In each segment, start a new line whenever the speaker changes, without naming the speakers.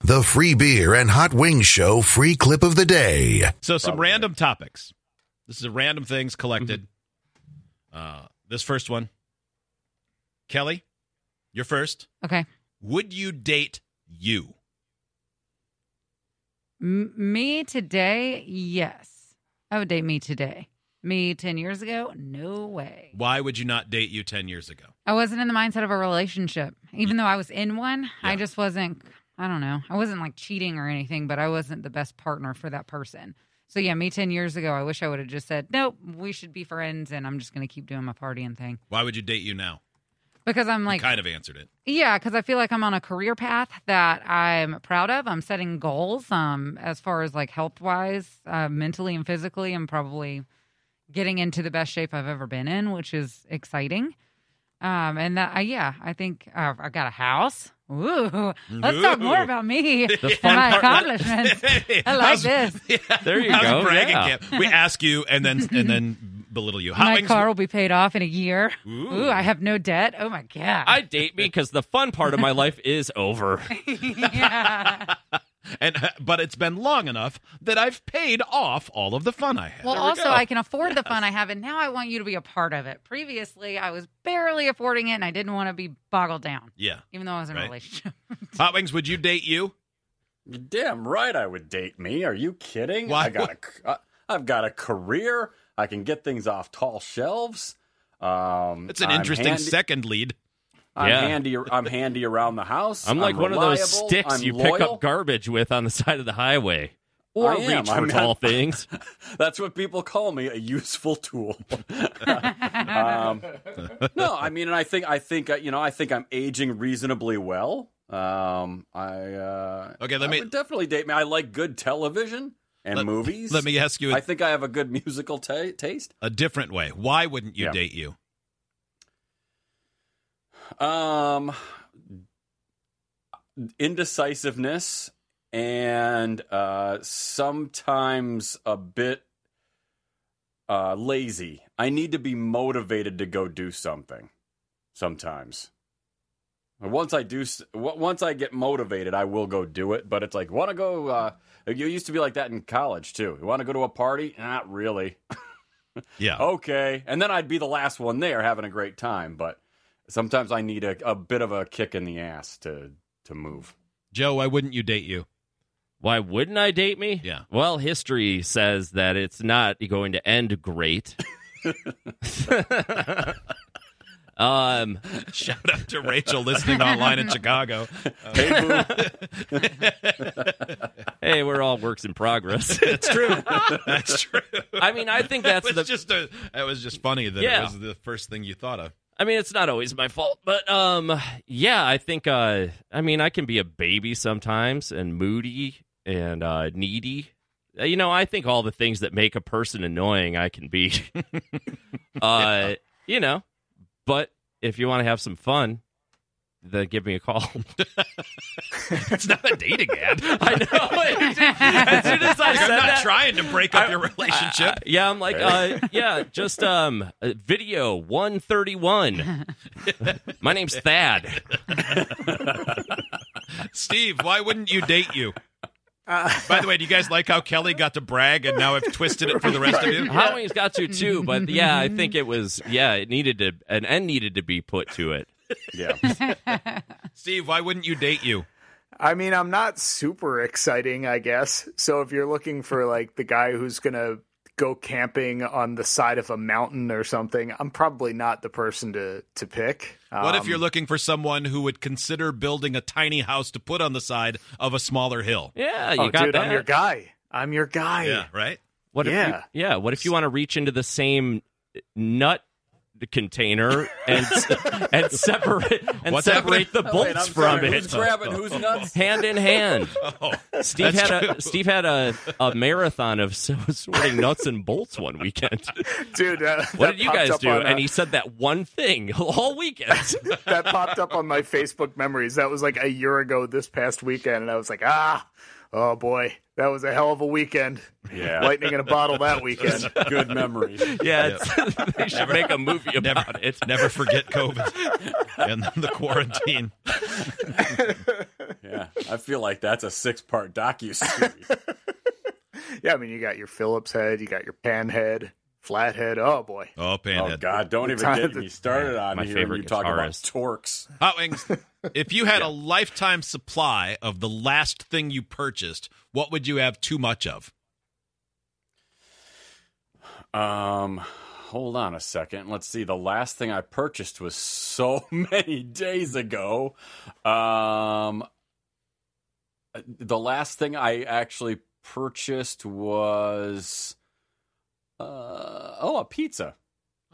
The free beer and hot wings show free clip of the day.
So some
Probably.
random topics. This is random things collected. Uh, this first one, Kelly, you're first.
Okay.
Would you date you?
M- me today, yes. I would date me today. Me 10 years ago, no way.
Why would you not date you ten years ago?
I wasn't in the mindset of a relationship. Even though I was in one,
Yeah.
I just wasn't, I don't know, I wasn't like cheating or anything, but I wasn't the best partner for that person. So yeah, me 10 years ago, I wish I would have just said, nope, we should be friends and I'm just going to keep doing my partying thing.
Why would you date you now?
Because I'm like,
you kind of answered it.
Yeah, because I feel like I'm on a career path that I'm proud of. I'm setting goals um, as far as like health wise, uh, mentally and physically. I'm probably getting into the best shape I've ever been in, which is exciting. Um, and that, uh, yeah, I think uh, I've got a house. Ooh, let's talk more
Ooh.
about me and
fun
my
part-
accomplishments. I like
How's-
this.
Yeah.
There you
How's
go,
bragging
yeah.
camp? We ask you and then and then belittle you. Hot
My
wings-
car will be paid off in a year.
Ooh.
Ooh, I have no debt. Oh my god.
I date me because the fun part of my life is over.
yeah.
and but it's been long enough that I've paid off all of the fun I had.
Well,
There we
also,
go.
I can afford the fun I have, and now I want you to be a part of it. Previously, I was barely affording it, and I didn't want to be boggled down,
yeah.
even though I was in
Right.
a relationship.
Hot wings, would you date you?
Damn
right I would date me. Are you kidding?
Why
I got a, I- I've got a career. I can get things off tall shelves. Um,
That's an
I'm
interesting
handy,
second lead.
I'm
Yeah.
handy. I'm handy around the house.
I'm like one of those
reliable,
sticks
I'm
you pick
loyal.
up garbage with on the side of the highway. Or
I am.
reach for
I'm not-
tall things.
That's what people call me, a useful tool. um, no, I mean, and I think I think uh, you know I think I'm aging reasonably well. Um, I uh,
Okay, let
I
me-
would definitely date me. I like good television and
Let-
movies.
Let me ask you
I
a,
think I have a good musical ta taste.
a different way. Why wouldn't you
Yeah.
date you?
Um, indecisiveness and uh, sometimes a bit uh, lazy. I need to be motivated to go do something. Sometimes. Once I do, s- w- once I get motivated, I will go do it. But it's like, want to go? Uh, you used to be like that in college too. You want to go to a party? Not really.
Yeah.
Oh. okay. And then I'd be the last one there having a great time, but sometimes I need a, a bit of a kick in the ass to to move.
Joe, why wouldn't you date you?
Why wouldn't I date me?
Yeah.
Well, history says that it's not going to end great. um,
Shout out to Rachel listening online in Chicago.
Hey, boo.
hey, we're all works in progress.
It's true. That's true.
I mean, I think that's
It
the
was just a, that was just funny that it
Yeah.
was the first thing you thought of.
I mean, it's not always my fault, but um, yeah, I think uh, I mean, I can be a baby sometimes and moody and uh, needy. Uh, You know, I think all the things that make a person annoying, I can be. uh, you know, but if you want to have some fun, then give me a call.
It's not a dating ad.
I know. as soon as I
I'm
said
not
that,
trying to break up
I-
your relationship.
I- yeah, I'm like, uh, yeah, just um, uh, video 131. my name's Thad.
Steve, why wouldn't you date you?
Uh.
By the way, do you guys like how Kelly got to brag and now I've twisted it for the rest of you?
Hot wings got to too, but yeah, I think it was yeah, it needed to an end needed to be put to it.
yeah.
Steve, why wouldn't you date you?
I mean, I'm not super exciting, I guess. So if you're looking for like the guy who's going to go camping on the side of a mountain or something, I'm probably not the person to to pick.
What if
Um,
you're looking for someone who would consider building a tiny house to put on the side of a smaller hill?
Yeah, you
Oh,
got
dude,
that.
I'm your guy. I'm your guy.
right?
What if
Yeah.
you, yeah, what if you want to reach into the same nut container and and separate and
What's
separate the
Oh, wait,
bolts
I'm
from
sorry. Who's
it?
grabbing who's nuts?
Hand in hand.
Oh,
Steve
That's
had
true.
a Steve had a, a marathon of so- sorting nuts and bolts one weekend.
dude. Uh,
What
that
did you
popped
guys
up
do?
on, uh,
And he said that one thing all weekend.
that popped up on my Facebook memories. That was like a year ago this past weekend, and I was like, ah, oh boy, that was a hell of a weekend.
Yeah.
lightning in a bottle that weekend.
Good memories.
Yeah, it's- they should make a movie about it.
never forget COVID and the quarantine.
Yeah. yeah, I feel like that's a six-part docu series.
Yeah, I mean, you got your Phillips head, you got your pan head, flat head. Oh boy,
Oh,
oh
panhead.
God, don't
The
even
time
get
that-
me started on
My
here. when
favorite
You talk about
guitarist.
torques.
Hot wings. Oh, If you had a lifetime supply of the last thing you purchased, what would you have too much of?
Um, hold on a second. Let's see. The last thing I purchased was so many days ago. Um, the last thing I actually purchased was uh oh a pizza.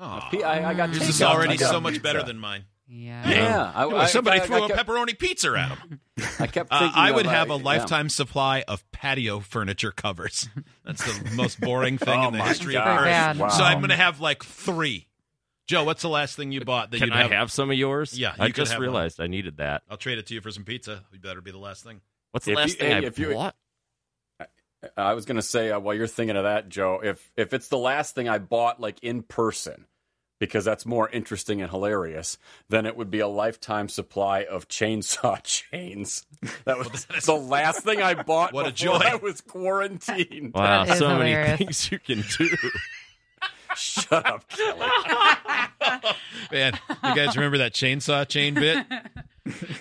A
Aw.
pi- I, I got
Yours
takeout.
is
I
already
got
so much
pizza.
better than mine.
Yeah.
yeah. I, I-
Somebody
I- I
threw a
kept-
pepperoni pizza at him.
I kept
Uh,
thinking
I would
about
have a
it, yeah.
lifetime supply of patio furniture covers. That's the most boring thing
Oh
in the
my
history
gosh.
of Earth.
Bad.
Wow.
So I'm going to have like three. Joe, what's the last thing you bought that
Can
you'd
I have some of yours?
Yeah,
I
you could
just
have one.
realized I needed that.
I'll trade it to you for some pizza. You better be the last thing.
What's the
If
last
you-
thing
hey,
I
if you-
bought?
I was gonna say uh, while you're thinking of that, Joe, if if it's the last thing I bought like in person, because that's more interesting and hilarious, then it would be a lifetime supply of chainsaw chains. That was the last thing I bought.
What a
before
joy.
I was quarantined.
Wow,
That is
so many
hilarious.
things you can do.
Shut up, Kelly.
Man, you guys remember that chainsaw chain bit?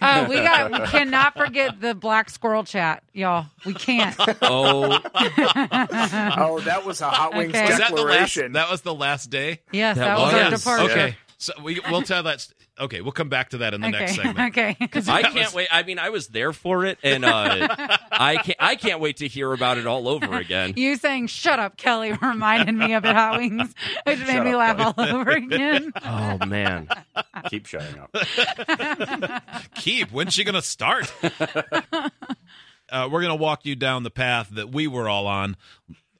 Uh, we got. We cannot forget the black squirrel chat, y'all. We can't.
Oh,
oh, that was a hot wings
Okay.
Was that the last?
declaration.
That was the last day.
Yes,
That
that, was,
was-
our
Yes.
departure.
Okay, so we we'll tell that. st- Okay, we'll come back to that in the next
Okay.
segment.
okay.
I
That
can't
was-
wait. I mean, I was there for it, and uh, I can't. I can't wait to hear about it all over again.
You saying "Shut up, Kelly" reminded me of it. Hot wings, it made
Shut
me
up,
laugh all over again.
Oh man,
Keep shutting up.
Keep. When's she gonna start? uh, we're gonna walk you down the path that we were all on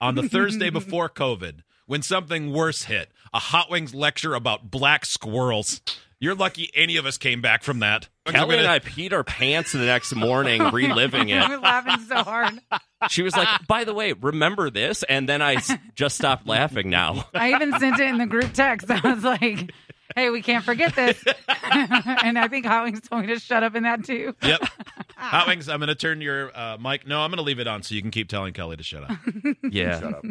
on the Thursday before COVID, when something worse hit: a hot wings lecture about black squirrels. You're lucky any of us came back from that.
Kelly
I'm
and
gonna-
I peed our pants the next morning, reliving
we were
it.
laughing so hard.
She was like, "By the way, remember this?" And then I s- just stopped laughing. Now
I even sent it in the group text. I was like, "Hey, we can't forget this," and I think Hot Wings told me to shut up in that too.
Yep. Hot wings. I'm gonna turn your uh, mic. No, I'm gonna leave it on so you can keep telling Kelly to shut up.
Yeah.
Shut up.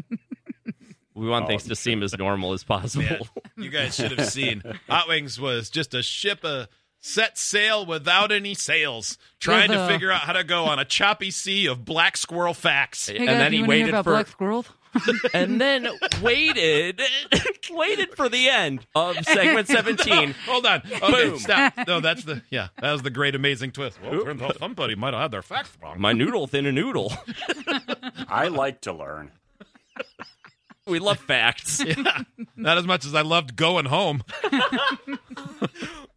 We want
Oh,
things to seem as normal as possible.
Man, you guys should have seen. Hot Wings was just a ship a set sail without any sails, trying to
Yeah.
figure out how to go on a choppy sea of black squirrel facts.
Hey,
And
guys,
then
you
he
wanna hear
waited
about
for
black squirrels.
and then waited waited for the end of segment 17.
Hold on. Okay,
Boom.
stop. No, that's the yeah. That was the great amazing twist. Well, turns out somebody might have had their facts wrong.
My noodle thin a noodle.
I like to learn.
We love facts.
Not as much as I loved going home.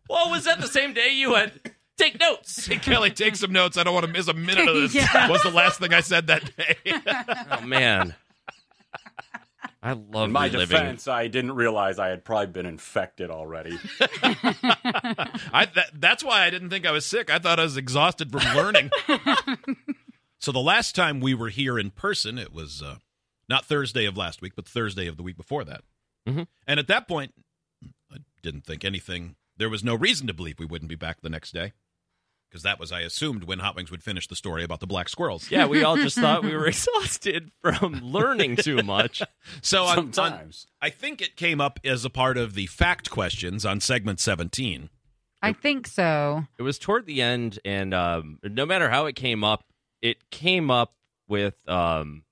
Well, was that the same day you had take notes?
Kelly, take some notes. I don't want to miss a minute of this.
Yeah.
Was the last thing I said that day.
Oh man. I love
In my
reliving.
defense, I didn't realize I had probably been infected already.
I that, that's why I didn't think I was sick. I thought I was exhausted from learning. so the last time we were here in person, it was uh, not Thursday of last week, but Thursday of the week before that.
Mhm.
And at that point, I didn't think anything. There was no reason to believe we wouldn't be back the next day, because that was I assumed when Hot Wings would finish the story about the black squirrels.
Yeah, we all just thought we were exhausted from learning too much.
So on- on,
Sometimes.
I think it came up as a part of the fact questions on segment seventeen.
I think so.
It was toward the end, and um, no matter how it came up, it came up with. Um,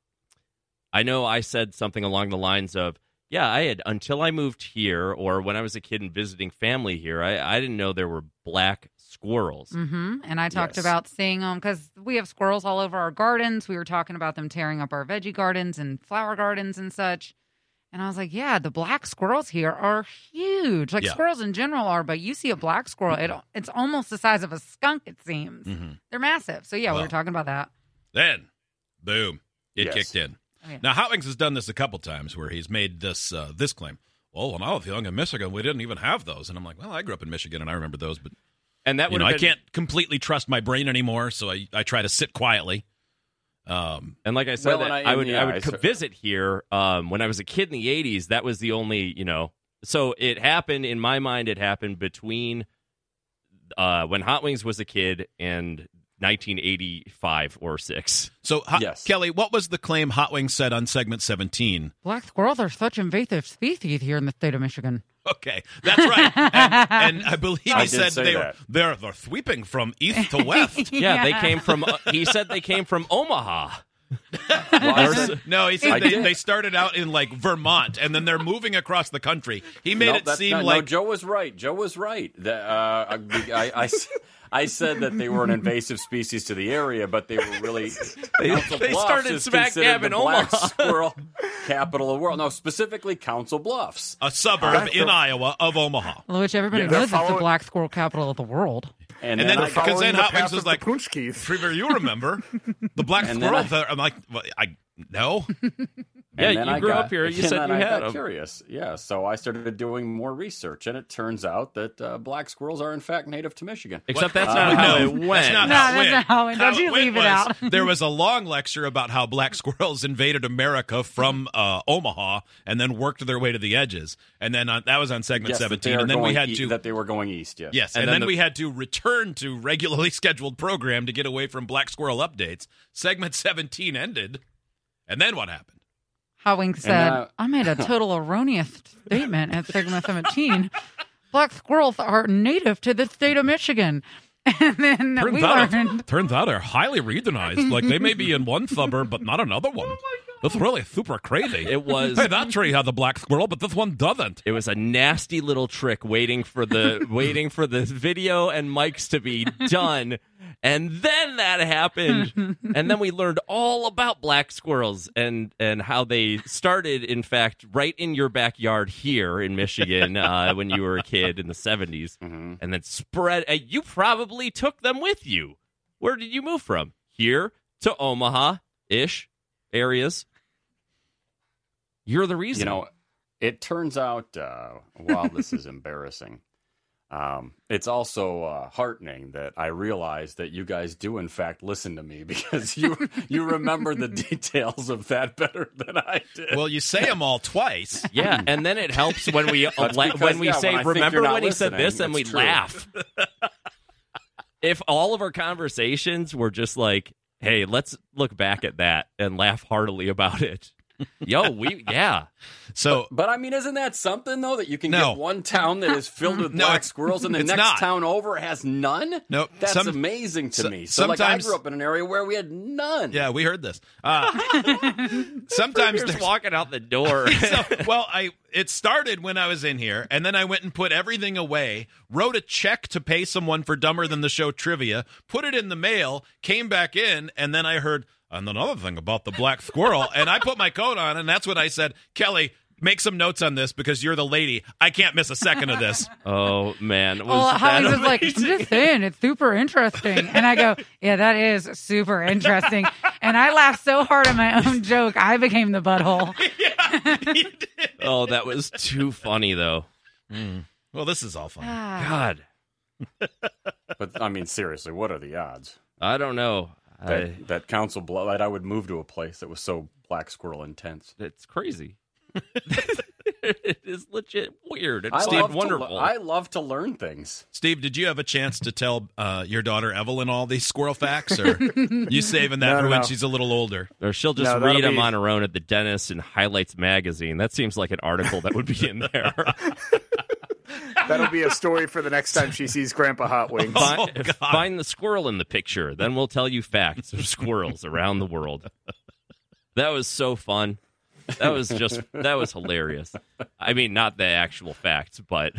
I know I said something along the lines of, "Yeah, I had until I moved here, or when I was a kid and visiting family here, I, I didn't know there were black squirrels."
Mm.
hmm And I talked
Yes.
about seeing them because we have squirrels all over our gardens. We were talking about them tearing up our veggie gardens and flower gardens and such. And I was like, yeah, the black squirrels here are huge. Like
Yeah.
squirrels in general are, but you see a black squirrel, it, it's almost the size of a skunk, it seems.
Mm.
Mm-hmm.
They're massive. So, yeah, we
Wow.
were talking about that.
Then, boom, it
Yes.
kicked in.
Oh, yeah.
Now, Hot Wings has done this a couple times where he's made this uh, this claim. Well, when I was young in Michigan, we didn't even have those, and I'm like, well, I grew up in Michigan and I remember those, but
And that
you
would
know,
have
I
been-
can't completely trust my brain anymore, so I, I try to sit quietly. Um,
And like I said,
Well,
that
and I-
I, would
yeah,
I
I
would co-
cer-
visit here um, when I was a kid in the '80s. That was the only you know. So it happened in my mind. It happened between uh, when Hot Wings was a kid and 1985 or six.
So, ho-
Yes.
Kelly, what was the claim Hot Wings said on segment 17?
Black squirrels are such invasive species here in the state of Michigan.
Okay, that's right. And, and I believe he
I did
said
say
they were,
that.
they're, they're sweeping from east to west.
Yeah, they came from. uh, he said they came from Omaha.
Well, I said-
No, he
I
said they,
did.
they started out in like Vermont and then they're moving across the country. He made
No,
it
that's
seem
not- no,
like
Joe was right. Joe was right. That uh, I, I- I s- I said that they were an invasive species to the area, but they were really
They-
Council
they
Bluffs
started
is
smack
considered
dab
the
in
black
Omaha.
squirrel capital of the world. No, specifically Council Bluffs.
a suburb in Iowa of Omaha.
Which everybody
Yeah, they're
knows is the
following-
black squirrel capital of the world.
And,
And
then,
then
I
Because
got,
Following
then
the
Hot Wings
path
was
of
like-
the Punch Keith.
Trevor, you remember the black
And then
squirrel?
I-
there- I'm like, well, I no.
Yeah,
and then
you
I
grew
got-
up here. You
and
said
then
you
I
had
got
them.
curious. Yeah, so I started doing more research, and it turns out that uh, black squirrels are in fact native to Michigan.
Except that's
Uh,
not how
no,
it went.
That's not
No,
how it
that's
went.
not how it went. Don't
How
you leave it
was,
out.
there was a long lecture about how black squirrels invaded America from uh, Omaha and then worked their way to the edges. And then on, that was on segment
Yes, that they
17.
are
And then we
going
had
e-
to.
that they were going east. Yes.
Yes, and, then, we had to return to regularly scheduled program to get away from Black Squirrel updates. Segment 17 ended, and then what happened?
Howing said,
uh,
I made a total erroneous statement at segment 17. Black squirrels are native to the state of Michigan. And then we learned.
turns out are highly regionized. Like they may be in one suburb, but not another
Oh
one. That's really super crazy.
It was.
that tree had the black squirrel, but this one doesn't.
It was a nasty little trick waiting for the waiting for the video and mics to be done. And then that happened. And then we learned all about black squirrels and and how they started in fact right in your backyard here in Michigan uh, when you were a kid in the 70s
hmm
and then spread uh, you probably took them with you. Where did you move from? Here to Omaha ish areas. You're the reason.
You know, it turns out, uh, while this is embarrassing, um, it's also uh, heartening that I realize that you guys do, in fact, listen to me because you you remember the details of that better than I did.
Well, you say them all twice.
Yeah, and then it helps when we ele-
because,
when we
yeah,
say
when I think
remember
you're not
when he said
listening,
this and we
it's true."
laugh. if all of our conversations were just like, "Hey, let's look back at that and laugh heartily about it." Yo, we yeah.
So
but I mean, isn't that something though that you can
No.
get one town that is filled with
No,
black
it's-
squirrels and the
it's
next
not.
town over has none?
No,
that's
some-
amazing to
so-
me. So, like, I
sometimes-
grew up in an area where we had none.
yeah, we heard this. Uh, sometimes
Just
there's
walking out the door.
so, well, I it started when I was in here, and then I went and put everything away, wrote a check to pay someone for dumber than the show trivia, put it in the mail, came back in, and then I heard and another thing about the black squirrel, and I put my coat on, and that's when I said, Kelly. Make some notes on this because you're the lady. I can't miss a second of this.
oh man, was
Well,
that
Howing was like, I'm
amazing?
just saying, it's super interesting. And I go, Yeah, that is super interesting. and I laughed so hard at my own joke, I became the butthole.
oh, that was too funny though.
Well, this is all fun.
Ah.
God,
But I mean, seriously, what are the odds?
I don't know. I,
that, that council blow that I would move to a place that was so black squirrel intense.
it's crazy. it is legit weird. It's
I love
wonderful.
To, le- I love to learn things.
Steve, did you have a chance to tell uh, your daughter Evelyn all these squirrel facts, or you saving that
No,
for
no,
when
no.
she's a little older?
Or she'll just
No, that'll
read them
be-
on her own at the dentist in Highlights magazine. That seems like an article that would be in there.
Oh,
That'll be a story for the next time she sees Grandpa Hot Wings.
find,
God.
find the squirrel in the picture, then we'll tell you facts of squirrels around the world. That was so fun. That was just that was hilarious. I mean, not the actual facts, but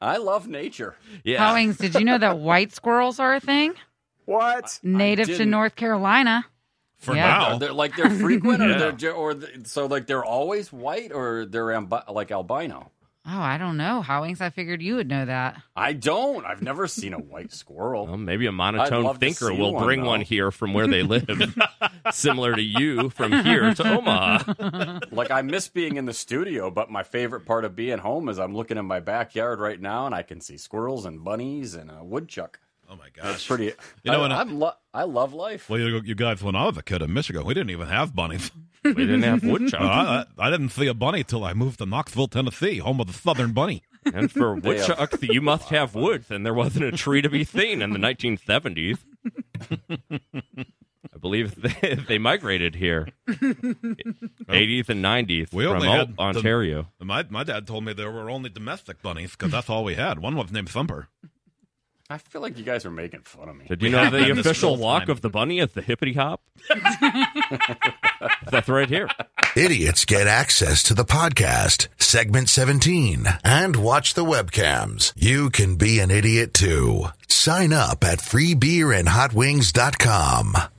I love nature.
yeah,
Howings, did you know that white squirrels are a thing?
What?
Native to
didn't.
North Carolina.
For
Yeah.
Are
now,
they like they're frequent,
Yeah.
or they're ju- or th- so like they're always white, or they're ambi- like albino.
Oh, I don't know. Howings, I figured you would know that.
I don't. I've never seen a white
Well,
squirrel.
Um.
maybe a
I'd
monotone
love to
thinker
see
will
one,
bring
though.
one here from where they live, similar to you from here to Omaha.
like I miss being in the studio, but my favorite part of being home is I'm looking in my backyard right now, and I can see squirrels and bunnies and a woodchuck.
oh my
It's
gosh,
pretty.
You know
I,
what I-
I'm lo- I love life.
Well, you, you guys, when I was a kid in Michigan, we didn't even have bunnies.
We didn't have woodchuck,
Uh, I, I didn't see a bunny till I moved to Knoxville, Tennessee, home of the Southern Bunny.
and for
They have-
woodchuck, you must have wood, and there wasn't a tree to be seen in the 1970s. I believe they, they migrated here, 80th and 90th
We
from
only
Al-
had the-
Ontario.
My my dad told me there were only domestic bunnies because that's all we had. One was named Thumper.
I feel like you guys are making fun of me.
Did you
We
know
have
the
them this
official
whole
walk
time.
of the bunny at the hippity hop? That's right here.
Idiots get access to the podcast, segment 17, and watch the webcams. You can be an idiot too. Sign up at freebeerandhotwings.com.